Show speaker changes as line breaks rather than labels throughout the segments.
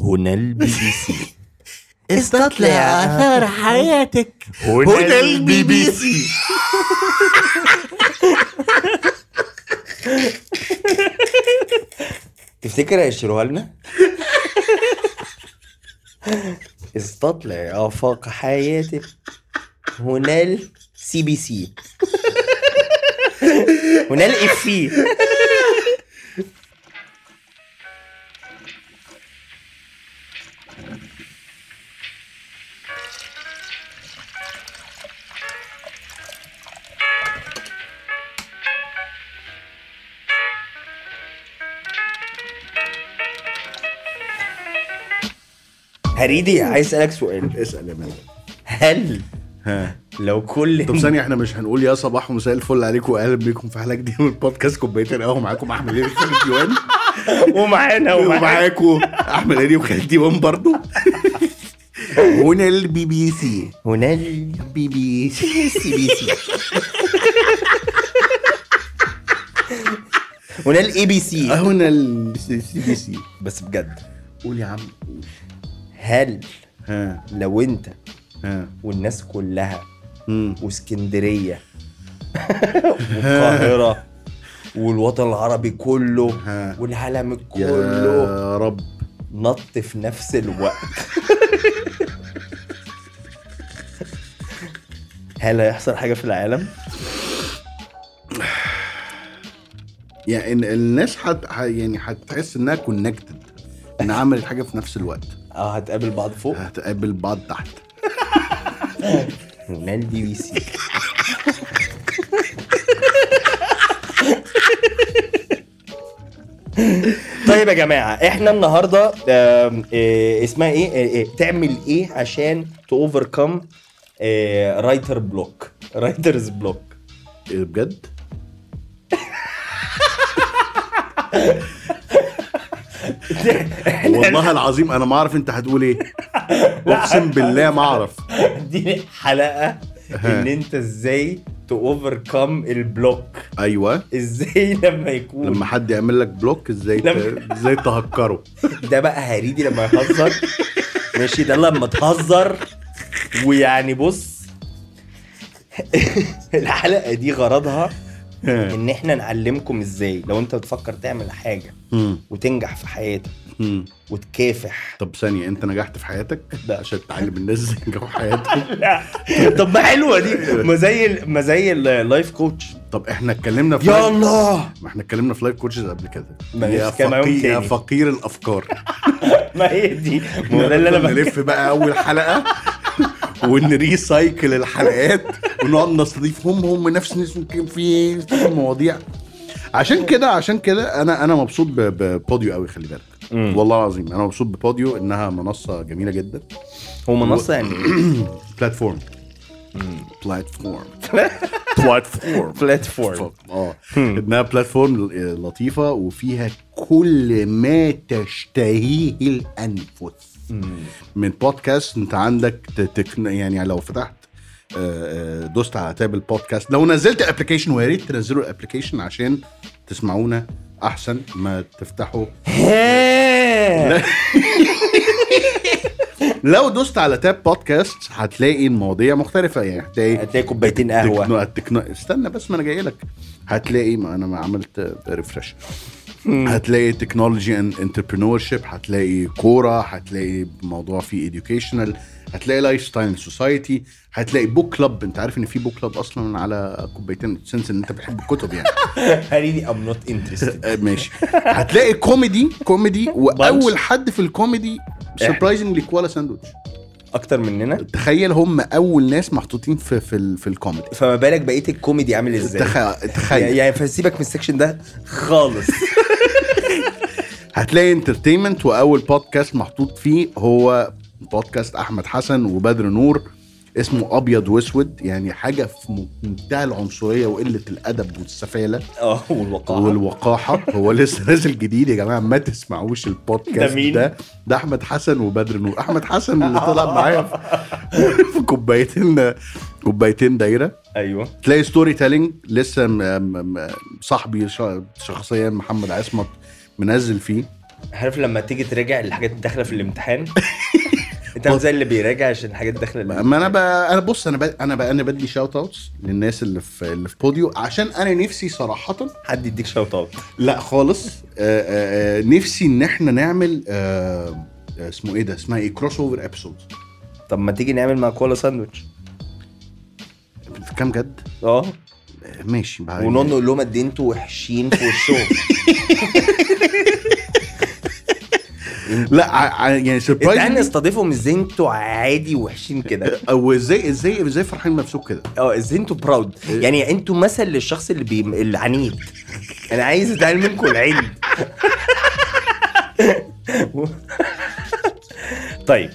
هنا البي بي سي
استطلع آثار حياتك
هنا البي بي سي تفتكر هيشتروها لنا؟ استطلع آفاق حياتك هنا السي بي سي هنا الإفيه هريدي عايز اسالك سؤال
اسال يا معلم
هل
ها
لو كل
طب ثانيه احنا مش هنقول يا صباح ومساء الفل عليكم واهلا بيكم في حلقه جديده من بودكاست كوبايتين قهوه معاكم احمد هاني وخالد ديوان
ومعانا ومعانا
ومعاكم احمد هاني وخالد ديوان برضو هنا البي بي سي
هنا البي بي سي بي سي هنا الاي بي سي
هنا السي بي سي
بس بجد
قول يا عم
هل
ها
لو انت
ها
والناس كلها
مم.
واسكندريه والقاهره والوطن العربي كله
ها.
والعالم كله
يا رب
نط في نفس الوقت هل هيحصل حاجه في العالم
يعني إن الناس حت... ح- يعني هتحس انها كونكتد ان عملت حاجه في نفس الوقت
اه هتقابل بعض فوق
هتقابل بعض تحت
هنا البي بي سي طيب يا جماعه احنا النهارده آم، آه، اسمها ايه آه، آه، تعمل ايه عشان آه، توفركم رايتر بلوك رايترز بلوك
إيه بجد والله العظيم انا ما اعرف انت هتقول ايه اقسم بالله ما اعرف
دي حلقه ان انت ازاي توفركم البلوك
ايوه
ازاي لما يكون
لما حد يعمل لك بلوك ازاي ت-
لما-
ازاي تهكره
ده بقى هريدي لما يهزر ماشي ده لما تهزر ويعني بص الحلقه دي غرضها ان احنا نعلمكم ازاي لو انت بتفكر تعمل حاجه
مم.
وتنجح في حياتك
مم.
وتكافح
طب ثانيه انت نجحت في حياتك
لا.
عشان تعلم الناس ازاي ينجحوا في حياتهم
لا طب ما حلوه دي ما زي ال- ما زي اللايف كوتش
طب احنا اتكلمنا في
يا الله
ما احنا اتكلمنا في لايف كوتشز قبل كده
ما
يا
نتكلم يوم
فقير يا
تاني.
فقير الافكار
ما هي دي ما هو ده اللي انا بك-
نلف بقى اول حلقه ونريسايكل الحلقات ونقعد نستضيفهم هم نفس الناس ممكن في نفس المواضيع عشان كده عشان كده انا انا مبسوط ب- ببوديو قوي خلي بالك
مم.
والله العظيم انا مبسوط ببوديو انها منصه جميله جدا
هو منصه يعني
بلاتفورم بلاتفورم بلاتفورم
بلاتفورم
اه انها بلاتفورم لطيفه آه، وفيها كل ما تشتهيه الانفس من بودكاست انت عندك ت- تكن... يعني لو فتحت آه، آه، دوست على تاب البودكاست لو نزلت الابلكيشن ويا ريت تنزلوا الابلكيشن عشان تسمعونا احسن ما تفتحوا لو دوست على تاب بودكاست هتلاقي المواضيع مختلفه يعني هتلاقي
هتلاقي كوبايتين قهوه
تكنو... التكنو... استنى بس ما انا جاي لك هتلاقي ما انا ما عملت ريفرش هتلاقي تكنولوجي اند انتربرنور شيب هتلاقي كوره هتلاقي موضوع فيه اديوكيشنال هتلاقي لايف ستايل سوسايتي هتلاقي بوك كلاب انت عارف ان في بوك كلاب اصلا على كوبايتين سنس ان انت بتحب الكتب يعني
هريدي ام نوت انترستد
آه، ماشي هتلاقي كوميدي كوميدي واول حد في الكوميدي سربرايزنجلي كوالا ساندوتش
اكتر مننا
تخيل هم اول ناس محطوطين في في, ال- في الكوميدي
فما بالك بقيه الكوميدي عامل ازاي
تخ- تخيل
يعني فسيبك من السكشن ده خالص
هتلاقي انترتينمنت واول بودكاست محطوط فيه هو بودكاست احمد حسن وبدر نور اسمه ابيض واسود يعني حاجه في منتهى العنصريه وقله الادب والسفاله
اه والوقاحه
والوقاحه هو لسه نازل جديد يا جماعه ما تسمعوش البودكاست
ده مين؟
ده ده احمد حسن وبدر نور احمد حسن اللي طلع معايا في- في كوبايتين كوبايتين دايره
ايوه
تلاقي ستوري تيلينج لسه م- م- م- صاحبي شا- شخصيا محمد عصمت منزل فيه
عارف لما تيجي تراجع الحاجات داخله في الامتحان انت زي اللي بيراجع عشان الحاجات داخله
ما انا بقى انا بص انا بقى انا بقى انا بدي شوت اوتس للناس اللي في اللي في بوديو عشان انا نفسي صراحه
حد يديك شوت اوت
لا خالص آه، آه، آه، نفسي ان احنا نعمل آه، آه، اسمه ايه ده اسمها ايه كروس اوفر ابيسودز
طب ما تيجي نعمل مع كولا ساندويتش
في كام جد
اه
آه، ماشي بقى
ونقعد نقول لهم قد ايه انتوا وحشين في وشهم
لا ع- ع- يعني
إيه، تعالى
سربرايز
نستضيفهم ازاي انتوا عادي وحشين كده
او ازاي ازاي ازاي فرحان بنفسكم كده
اه ازاي انتوا براود يعني انتوا مثل للشخص اللي بي... العنيد انا عايز اتعلم منكم العند طيب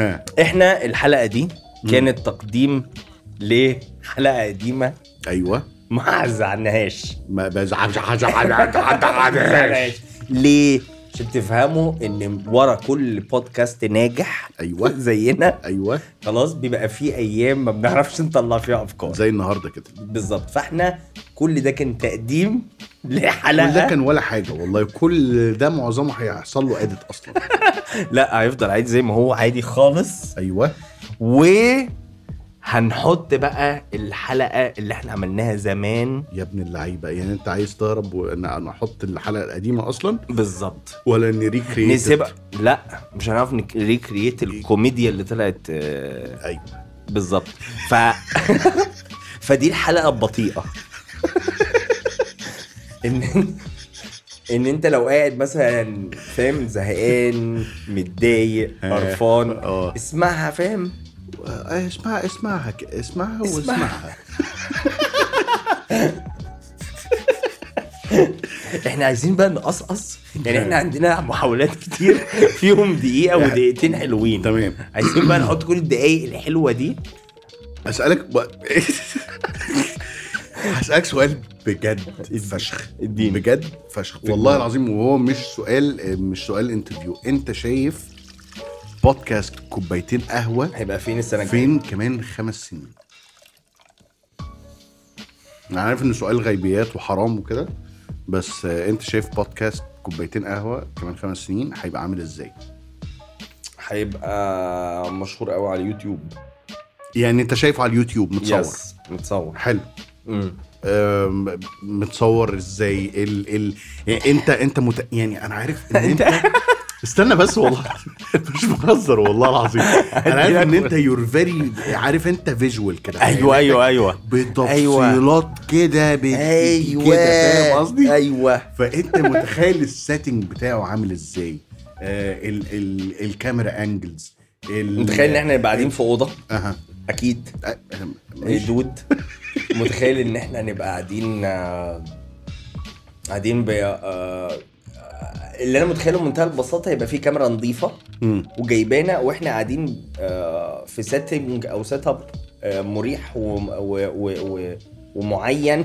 ها
احنا الحلقه دي كانت تقديم لحلقه قديمه
ايوه
ما زعلناهاش
ما بزعلش حاجه
ليه؟ عشان تفهموا ان ورا كل بودكاست ناجح
أيوة.
زينا
ايوه
خلاص بيبقى في ايام ما بنعرفش نطلع فيها افكار
زي النهارده كده
بالظبط فاحنا كل ده كان تقديم
كل ده
لحلقه
كان ولا حاجه والله كل ده معظمه هيحصل له اديت اصلا
لا هيفضل عادي زي ما هو عادي خالص
ايوه
و هنحط بقى الحلقه اللي احنا عملناها زمان
يا ابن اللعيبه يعني انت عايز تهرب وان انا احط الحلقه القديمه اصلا
بالظبط
ولا ان ريكريت
نسيبها لا مش هنعرف نك- ريكريت الكوميديا اللي طلعت آه،
ايوه
بالظبط ف فدي الحلقه البطيئه ان ان انت لو قاعد مثلا فاهم زهقان متضايق قرفان
آه.
اسمعها فاهم
آه، اسمعها اسمعها ك- اسمعها
اسمعها.
واسمعها
احنا عايزين بقى نقصقص يعني
آه.
احنا عندنا محاولات كتير فيهم دقيقه ودقيقتين حلوين
تمام
عايزين بقى نحط كل الدقايق الحلوه دي
اسالك ب... هسالك سؤال بجد فشخ
اديني.
بجد فشخ والله العظيم وهو مش سؤال مش سؤال انترفيو انت شايف بودكاست كوبايتين قهوه
هيبقى فين السنه الجايه
فين كمان خمس سنين انا عارف ان سؤال غيبيات وحرام وكده بس آه، انت شايف بودكاست كوبايتين قهوه كمان خمس سنين هيبقى عامل ازاي
هيبقى مشهور قوي على اليوتيوب
يعني انت شايفه على اليوتيوب متصور
يس متصور
حلو آم، متصور ازاي ال ال يعني انت انت مت... يعني انا عارف ان انت استنى بس والله مش بهزر والله العظيم انا عارف ان انت يور فيري عارف انت فيجوال كده
ايوه ايوه
أيوة،
ايوه
بتفصيلات كده
ايوه
بت- كده فاهم قصدي؟
ايوه
فانت متخيل السيتنج بتاعه عامل ازاي؟ آه ال ال الكاميرا انجلز ال-
متخيل ان احنا نبقى قاعدين في اوضه
اها
اكيد
آه، آه،
إيه
ماشي.
دود متخيل ان احنا نبقى قاعدين آه، قاعدين ب آه، اللي انا متخيله بمنتهى البساطه يبقى في كاميرا نظيفه
مم.
وجايبانا واحنا قاعدين آه، في سيتنج او سيت اب آه، مريح و... و... و... و... ومعين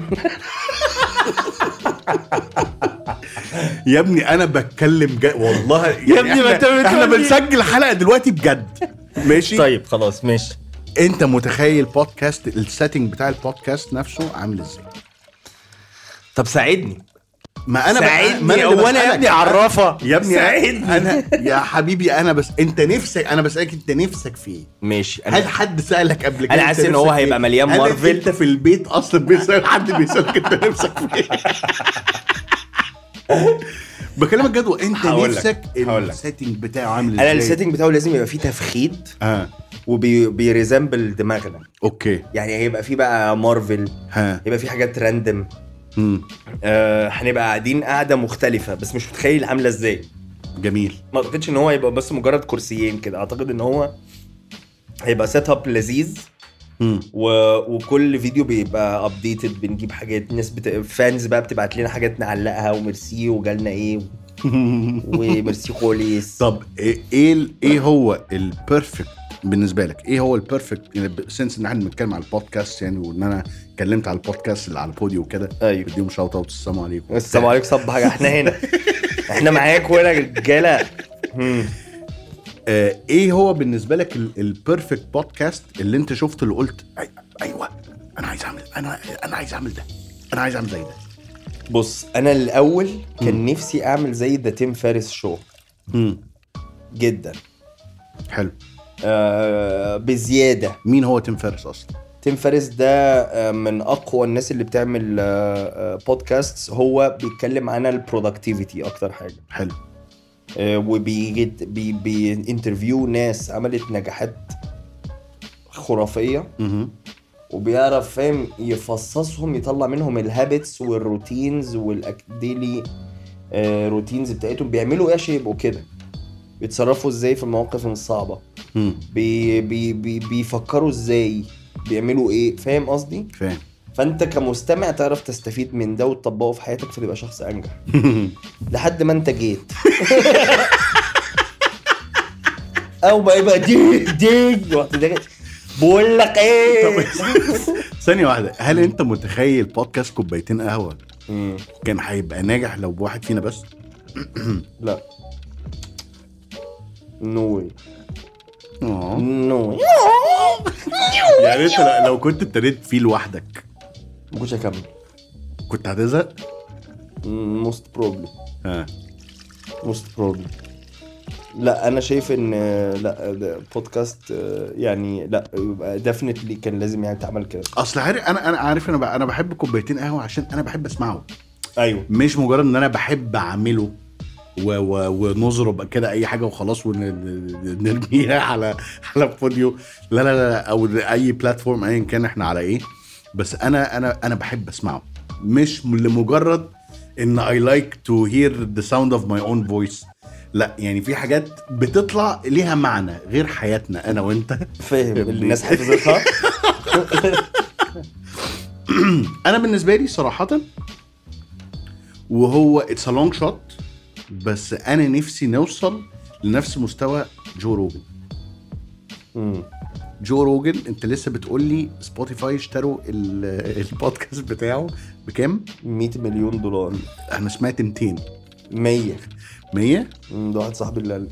يا ابني انا بتكلم جد والله
يا ابني ما انت بتقول
احنا
لي.
بنسجل حلقه دلوقتي بجد ماشي
طيب خلاص ماشي
انت متخيل بودكاست السيتنج بتاع البودكاست نفسه عامل ازاي؟
طب ساعدني
ما انا بقى- ما
ساعدني
أنا اللي
هو انا يا
بسألك.
ابني عرفه
يا ابني
ساعدني
انا يا حبيبي انا بس انت نفسك انا بسالك انت نفسك في ايه؟
ماشي
هل
انا
حد سالك قبل كده
أنا
أنت
حاسس إن هو
نفسك في
هيبقى
إيه؟
مليان
هل
مارفل.
انت في البيت اصلا بيسال حد بيسالك انت نفسك في ايه؟ بكلمك جد انت
هقول لك،
نفسك
هقول لك.
السيتنج بتاعه عامل ازاي؟
انا السيتنج بتاعه لازم يبقى فيه تفخيد
اه
وبيريزمبل دماغنا
اوكي
يعني هيبقى فيه بقى مارفل
ها
هيبقى فيه حاجات راندم
مم.
آه، هنبقى قاعدين قاعده مختلفه بس مش متخيل عامله ازاي
جميل
ما اعتقدش ان هو هيبقى بس مجرد كرسيين كده اعتقد ان هو هيبقى سيت اب لذيذ
مم.
و... وكل فيديو بيبقى ابديتد بنجيب حاجات ناس بت... فانز بقى بتبعت لنا حاجات نعلقها وميرسي وجالنا ايه و... وميرسي خالص
طب ايه ايه ال- ايه هو البيرفكت بالنسبه لك ايه هو البيرفكت سنس ان احنا بنتكلم على البودكاست يعني وان انا اتكلمت على البودكاست اللي على البوديو وكده
أيوة.
بديهم شوت اوت السلام عليكم
السلام عليكم صب حاجه احنا هنا احنا معاكم هنا يا رجاله مم.
آه ايه هو بالنسبه لك البيرفكت بودكاست اللي أيوة، انت شفته اللي قلت أي- ايوه انا عايز اعمل انا انا عايز اعمل ده انا عايز اعمل زي ده
بص انا الاول كان نفسي اعمل زي ذا تيم فارس شو
مم.
جدا
حلو
آه بزياده
مين هو تيم فارس اصلا؟
تيم فارس ده آه، من اقوى الناس اللي بتعمل بودكاست هو بيتكلم عن البرودكتيفيتي اكتر حاجه
حلو
آه، وبيجد بي بينترفيو ناس عملت نجاحات خرافيه
مهم.
وبيعرف فاهم يفصصهم يطلع منهم الهابتس والروتينز والديلي روتينز آه، بتاعتهم بيعملوا ايه عشان يبقوا كده بيتصرفوا ازاي في المواقف الصعبه
مم.
بي بي بي بيفكروا ازاي بيعملوا ايه فاهم قصدي
فاهم
فانت كمستمع تعرف تستفيد من ده وتطبقه في حياتك فتبقى شخص انجح لحد ما انت جيت او ما يبقى ديج ديج رحت داخل، بقول لك ايه
ثانية واحدة هل أنت متخيل بودكاست كوبايتين قهوة
مم.
كان هيبقى ناجح لو بواحد فينا بس؟
لا نوي
آه.
نوي
يعني أنت لو- لو كنت ابتديت فيه لوحدك
ما كنتش هكمل
كنت هتزهق؟
موست بروبلي
آه.
موست بروبلي لا انا شايف ان آه، لا ده بودكاست آه، يعني لا يبقى ديفنتلي كان لازم يعني تعمل كده
اصل عارف انا انا عارف انا ب- انا بحب كوبايتين قهوه عشان انا بحب اسمعه
ايوه
مش مجرد ان انا بحب اعمله و- و- ونضرب كده اي حاجه وخلاص ونرميها على على البوديو لا لا لا لا، او اي بلاتفورم ايا كان احنا على ايه بس انا انا انا بحب اسمعه مش م- لمجرد ان اي لايك تو هير ذا ساوند اوف ماي اون فويس لا يعني في حاجات بتطلع ليها معنى غير حياتنا انا وانت
فاهم الناس حفظتها
انا بالنسبه لي صراحه وهو اتس لونج شوت بس انا نفسي نوصل لنفس مستوى جو روجن
مم.
جو روجن انت لسه بتقول لي سبوتيفاي اشتروا ال- البودكاست بتاعه بكام
100 مليون دولار
انا سمعت 200
100
100
مم، ده واحد صاحبي اللي قال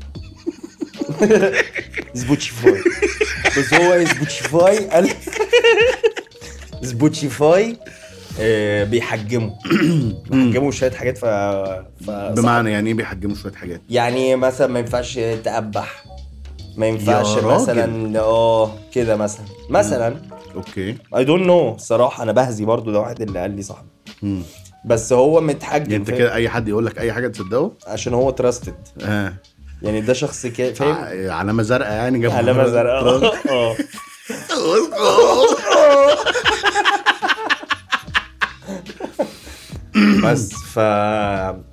سبوتيفاي بس هو إيه، سبوتيفاي قال سبوتيفاي آه، بيحجمه بيحجمه شويه حاجات ف, ف...
بمعنى يعني ايه بيحجموا شويه حاجات
يعني مثلا ما ينفعش تقبح ما ينفعش
يا راجل.
مثلا اه كده مثلا مثلا
اوكي
اي دونت نو الصراحه انا بهزي برضو ده واحد اللي قال لي صاحبي
مم.
بس هو متحجم
يعني انت
يعني فاهم؟
كده اي حد يقول لك اي حاجه تصدقه
عشان هو تراستد
آه.
يعني ده شخص كده فاهم
ع- علامه زرقاء يعني جابوا
علامه زرقاء اه بس ف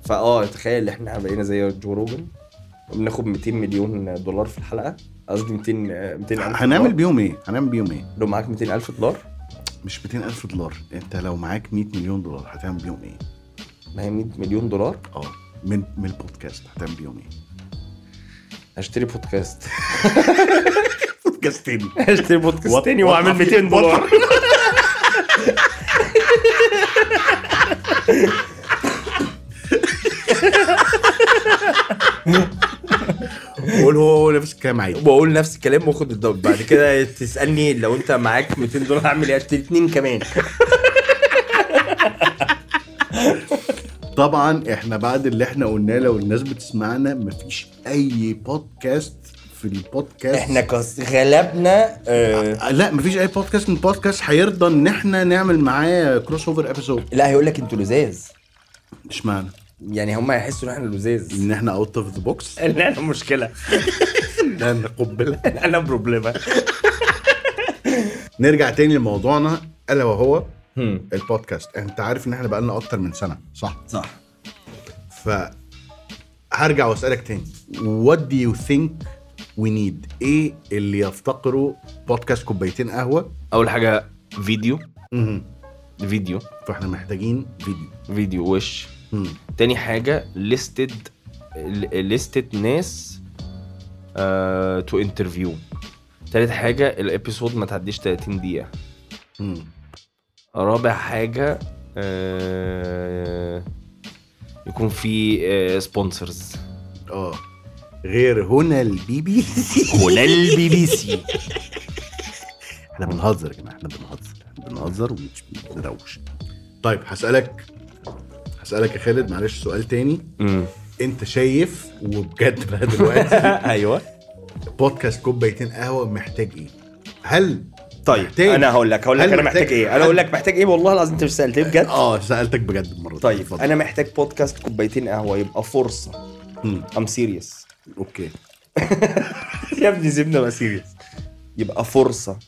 فا اه تخيل احنا بقينا زي جو روجن وبناخد 200 مليون دولار في الحلقه قصدي 200 200 الف
هنعمل
دولار.
بيهم ايه؟ هنعمل بيهم ايه؟
لو معاك 200 الف دولار
مش 200 ألف دولار أنت لو معاك 100 مليون دولار هتعمل بيهم إيه؟
ما هي 100 مليون دولار
أه من من البودكاست هتعمل بيهم إيه؟
هشتري بودكاست
بودكاست تاني
هشتري بودكاست
وات-
تاني
وات
واعمل
أف يو-
200
وات
دولار
وقول هو هو نفس الكلام عادي
بقول نفس الكلام واخد الدب بعد كده تسالني لو انت معاك 200 دولار هعمل ايه اشتري اتنين كمان
طبعا إحنا بعد اللي إحنا قلناه لو الناس بتسمعنا مفيش أي بودكاست في البودكاست
احنا كس- غلبنا آه،
آه، لا مفيش أي بودكاست من البودكاست هيرضى إن إحنا نعمل معاه كروس أوفر إبيسود
لا هيقول لك انتوا لزاز
إشمعنى؟
يعني هم هيحسوا ان احنا لزاز
إن إحنا أوت أوف ذا بوكس
ان احنا مشكله
إن إحنا قنبلة
ان احنا بروبليما
نرجع تاني لموضوعنا ألا وهو البودكاست انت عارف ان احنا بقالنا اكتر من سنه صح
صح
ف هرجع واسالك تاني what do you think we need ايه اللي يفتقره بودكاست كوبايتين قهوه
اول حاجه فيديو
مهم.
فيديو
فاحنا محتاجين فيديو
فيديو وش
مم.
تاني حاجه ليستد ليستد ناس تو انترفيو تالت حاجه الابيسود ما تعديش 30 دقيقه
مم.
رابع حاجه آه، يكون في آه، سبونسرز
اه غير هنا البي بي سي
هنا البي بي سي
احنا بنهزر يا جماعه احنا بنهزر احنا بنهزر ومش بنروش طيب هسالك اسالك يا خالد معلش سؤال تاني
مم.
انت شايف وبجد بقى دلوقتي
أيوة.
ايوه
بودكاست كوبايتين قهوه محتاج ايه؟ هل
طيب
محتاج-
انا هقول لك هقول لك
هل
انا محتاج
محتاج-
ايه انا هقول لك محتاج ايه والله العظيم انت مش سالتني بجد
اه سالتك بجد المره دي.
طيب
اتفضل.
انا محتاج بودكاست كوبايتين قهوه يبقى فرصه
مم.
ام سيريس
اوكي
يا ابني سيبنا بقى سيريس يبقى فرصه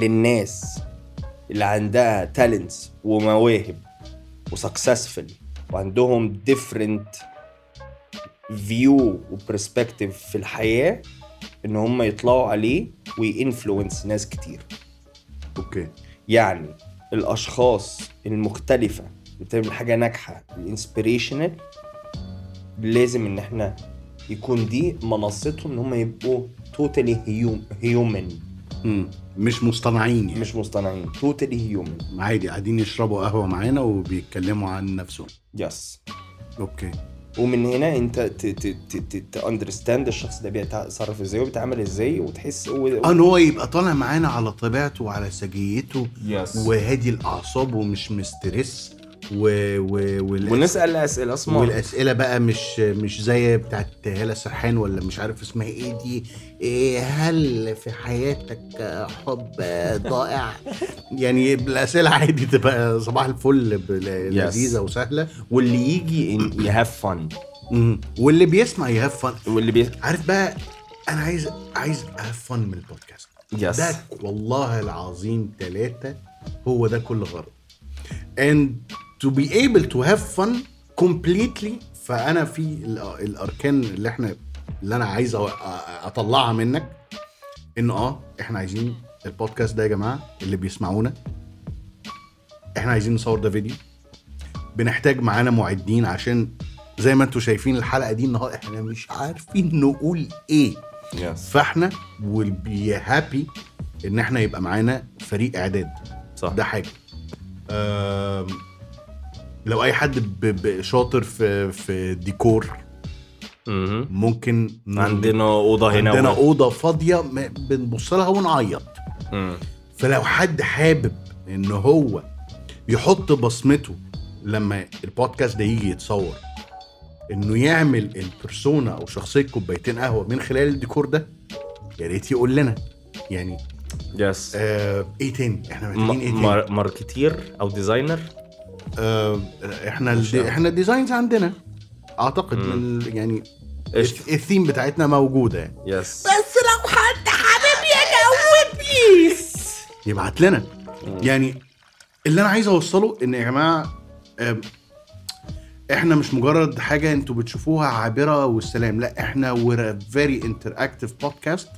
للناس اللي عندها تالنتس ومواهب وسكسسفل وعندهم ديفرنت فيو وبرسبكتيف في الحياه ان هم يطلعوا عليه وينفلونس ناس كتير
اوكي
يعني الاشخاص المختلفه اللي بتعمل حاجه ناجحه الانسبيريشنال لازم ان احنا يكون دي منصتهم ان هم يبقوا توتالي هيومن
مم. مش مصطنعين يعني
مش مصطنعين توتالي هيومن
عادي قاعدين يشربوا قهوه معانا وبيتكلموا عن نفسهم
يس
اوكي
ومن هنا انت تاندرستاند الشخص ده بيتصرف ازاي وبيتعامل ازاي وتحس و...
اه ان هو يبقى طالع معانا على طبيعته وعلى سجيته
يس
وهادي الاعصاب ومش مسترس و... و... والأس-
ونسال اسئله اسمها
والاسئله بقى مش مش زي بتاعت هاله سرحان ولا مش عارف اسمها ايه دي إيه هل في حياتك حب ضائع يعني الاسئله عادي تبقى صباح الفل بل- لذيذه وسهله
واللي يجي يهاف فن
مم. واللي بيسمع يهاف فن
واللي بي
عارف بقى انا عايز عايز هاف فن من البودكاست
يس
ده والله العظيم ثلاثة هو ده كل غرض and to be able to have fun completely فأنا في ال- آه، الأركان اللي احنا اللي أنا عايز أ- أ- أطلعها منك إن أه احنا عايزين البودكاست ده يا جماعة اللي بيسمعونا احنا عايزين نصور ده فيديو بنحتاج معانا معدين عشان زي ما انتوا شايفين الحلقة دي النهاردة احنا مش عارفين نقول ايه
يس
فاحنا ويل بي هابي ان احنا يبقى معانا فريق اعداد
صح
ده حاجه أم، لو اي حد ب- ب- شاطر في في ديكور
مهم.
ممكن ن-
عندنا اوضه هنا
عندنا
و-
اوضه فاضيه م- بنبص لها ونعيط
مم.
فلو حد حابب ان هو يحط بصمته لما البودكاست ده يجي يتصور انه يعمل البرسونا او شخصيه كوبايتين قهوه من خلال الديكور ده يا ريت يقول لنا يعني
يس
آه ايه تاني احنا محتاجين ايه
م-
تاني
مار- ماركتير او ديزاينر
آه احنا الد... احنا الديزاينز عندنا اعتقد من ال- يعني
قشطة.
الث- الثيم بتاعتنا موجوده يعني
يس
يبعت لنا يعني اللي انا عايز اوصله ان يا جماعه آم، احنا مش مجرد حاجه انتوا بتشوفوها عابره والسلام لا احنا وير فيري انتراكتيف بودكاست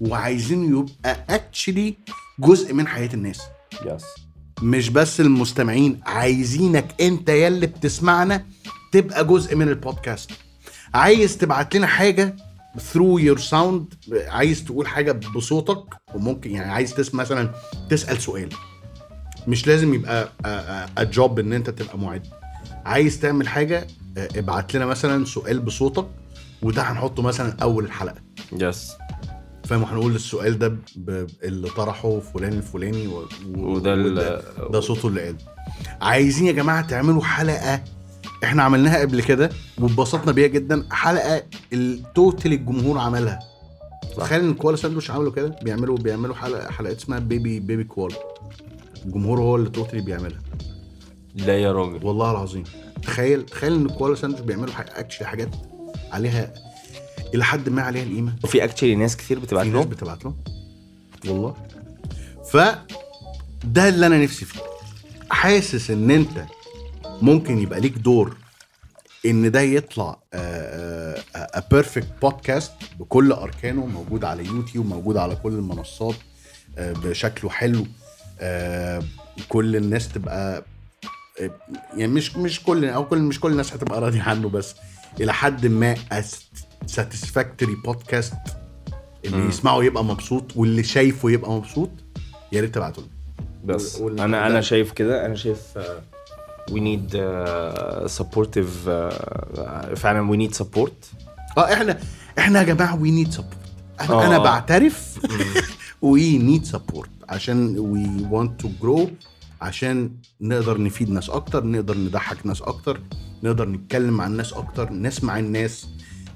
وعايزين يبقى اكشلي جزء من حياه الناس
يس
مش بس المستمعين عايزينك انت يا اللي بتسمعنا تبقى جزء من البودكاست عايز تبعت لنا حاجه ثرو يور ساوند عايز تقول حاجه بصوتك وممكن يعني عايز تسمع مثلا تسال سؤال مش لازم يبقى اجوب ان انت تبقى معد عايز تعمل حاجه آه، ابعت لنا مثلا سؤال بصوتك وده هنحطه مثلا اول الحلقه
يس
فاهم هنقول السؤال ده ب- ب- اللي طرحه فلان الفلاني و... و-
وده ال-
ده صوته اللي قال عايزين يا جماعه تعملوا حلقه احنا عملناها قبل كده واتبسطنا بيها جدا حلقه التوتال الجمهور عملها تخيل ان كوالا ساندوتش عملوا كده بيعملوا بيعملوا حلقه حلقه اسمها بيبي بيبي كوالا الجمهور هو اللي توتالي بيعملها
لا يا راجل
والله العظيم تخيل تخيل ان كوالا ساندوتش بيعملوا اكشلي حاجات عليها الى حد ما عليها القيمه
وفي اكشلي ناس كتير بتبعت
في ناس
لهم
بتبعت لهم والله ف ده اللي انا نفسي فيه حاسس ان انت ممكن يبقى ليك دور ان ده يطلع آه، بيرفكت بودكاست بكل اركانه موجود على يوتيوب موجود على كل المنصات آه، بشكله حلو آه، كل الناس تبقى آه، يعني مش مش كل او كل مش كل الناس هتبقى راضيه عنه بس الى حد ما ساتسفاكتوري بودكاست اللي
مم.
يسمعه يبقى مبسوط واللي شايفه يبقى مبسوط يا ريت تبعتوا لنا
بس
وال-
انا
ده-
انا شايف كده انا شايف آه، وي نيد آه، سبورتيف فعلا وي نيد سبورت
اه احنا احنا يا جماعه وي نيد سبورت
آه.
انا بعترف وي نيد سبورت عشان وي ونت تو جرو عشان نقدر نفيد ناس اكتر نقدر نضحك ناس اكتر نقدر نتكلم عن الناس اكتر نسمع الناس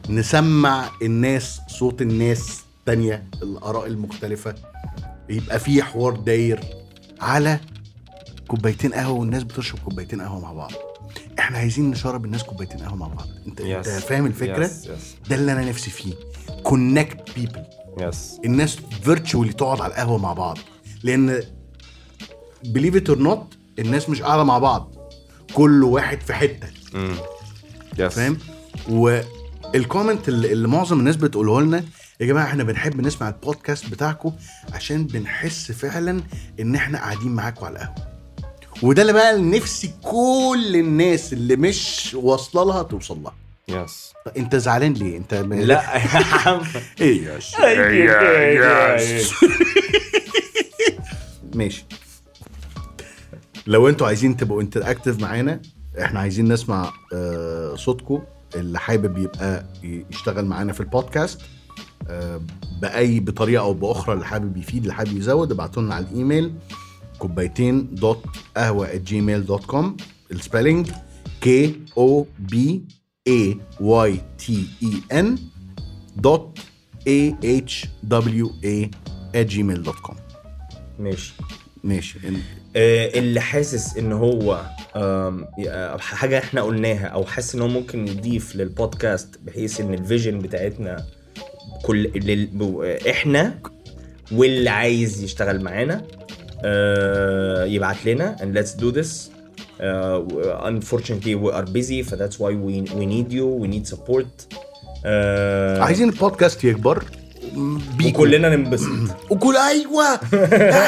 نسمع الناس صوت الناس تانية الاراء المختلفه يبقى في حوار داير على كوبايتين قهوه والناس بتشرب كوبايتين قهوه مع بعض احنا عايزين نشرب الناس كوبايتين قهوه مع بعض انت, انت
Yes.
فاهم الفكره
Yes, yes,
ده اللي انا نفسي فيه كونكت بيبل
yes.
الناس فيرتشوالي تقعد على القهوه مع بعض لان بليف ات اور نوت الناس مش قاعده مع بعض كل واحد في حته
Mm. Yes.
فاهم والكومنت اللي اللي معظم الناس بتقوله لنا يا جماعه احنا بنحب نسمع البودكاست بتاعكم عشان بنحس فعلا ان احنا قاعدين معاكم على القهوه وده اللي بقى نفسي كل الناس اللي مش واصله لها توصل لها
Yes.
طب انت زعلان ليه انت
لا يا عم
ايه يا ماشي لو انتوا عايزين تبقوا انتراكتيف معانا احنا عايزين نسمع آه، صوتكم اللي حابب يبقى ي- يشتغل معانا في البودكاست آه، باي بطريقه او باخرى اللي حابب يفيد اللي حابب يزود ابعتوا لنا على الايميل كوبايتين دوت قهوه جيميل دوت كوم السبelling كي او بي اي واي تي اي ان E دوت اي اتش دبليو اي جيميل دوت كوم
ماشي
ماشي انت
آه، اللي حاسس ان هو آم، آه، حاجه احنا قلناها او حاسس ان هو ممكن يضيف للبودكاست بحيث ان الفيجن بتاعتنا كل لل... آه، احنا واللي عايز يشتغل معانا آه، يبعت لنا and let's do this uh, unfortunately we are busy ف that's why we, we need you we need support
آه.
uh,
عايزين البودكاست يكبر بيكم
وكلنا ننبسط
وكل ايوه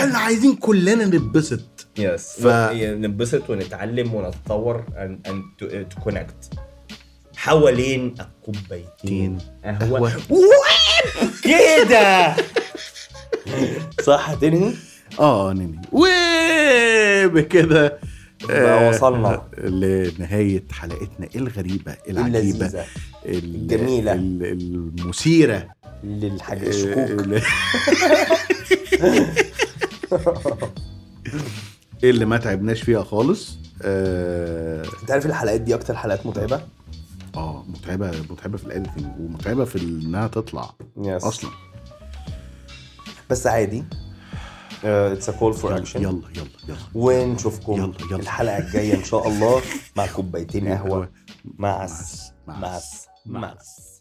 احنا عايزين كلنا نتبسط
يس
ف-
ف... ننبسط ونتعلم ونتطور and, and to, uh, to connect حوالين الكوبايتين قهوه
قهوة.
وإب كده صح تنهي؟
اه ننهي وبكده
بقى
آه،
وصلنا.
لنهايه حلقتنا الغريبه العجيبه
اللذيذة
ال-
الجميلة.
ال- المثيره
للحاج
آه،
الشكوك
اللي ما تعبناش فيها خالص آه،
انت عارف الحلقات دي اكتر حلقات متعبه
اه متعبه متعبه في الاديتنج ومتعبه في انها تطلع
يس
اصلا
بس عادي
Uh,
اتس ا كول فور
يلا يلا
اكشن
يلا يلا
ونشوفكم
يلا، يلا.
الحلقه الجايه ان شاء الله مع كوبايتين قهوه مع الس-
مع
مع
الس-
الس- مع الس-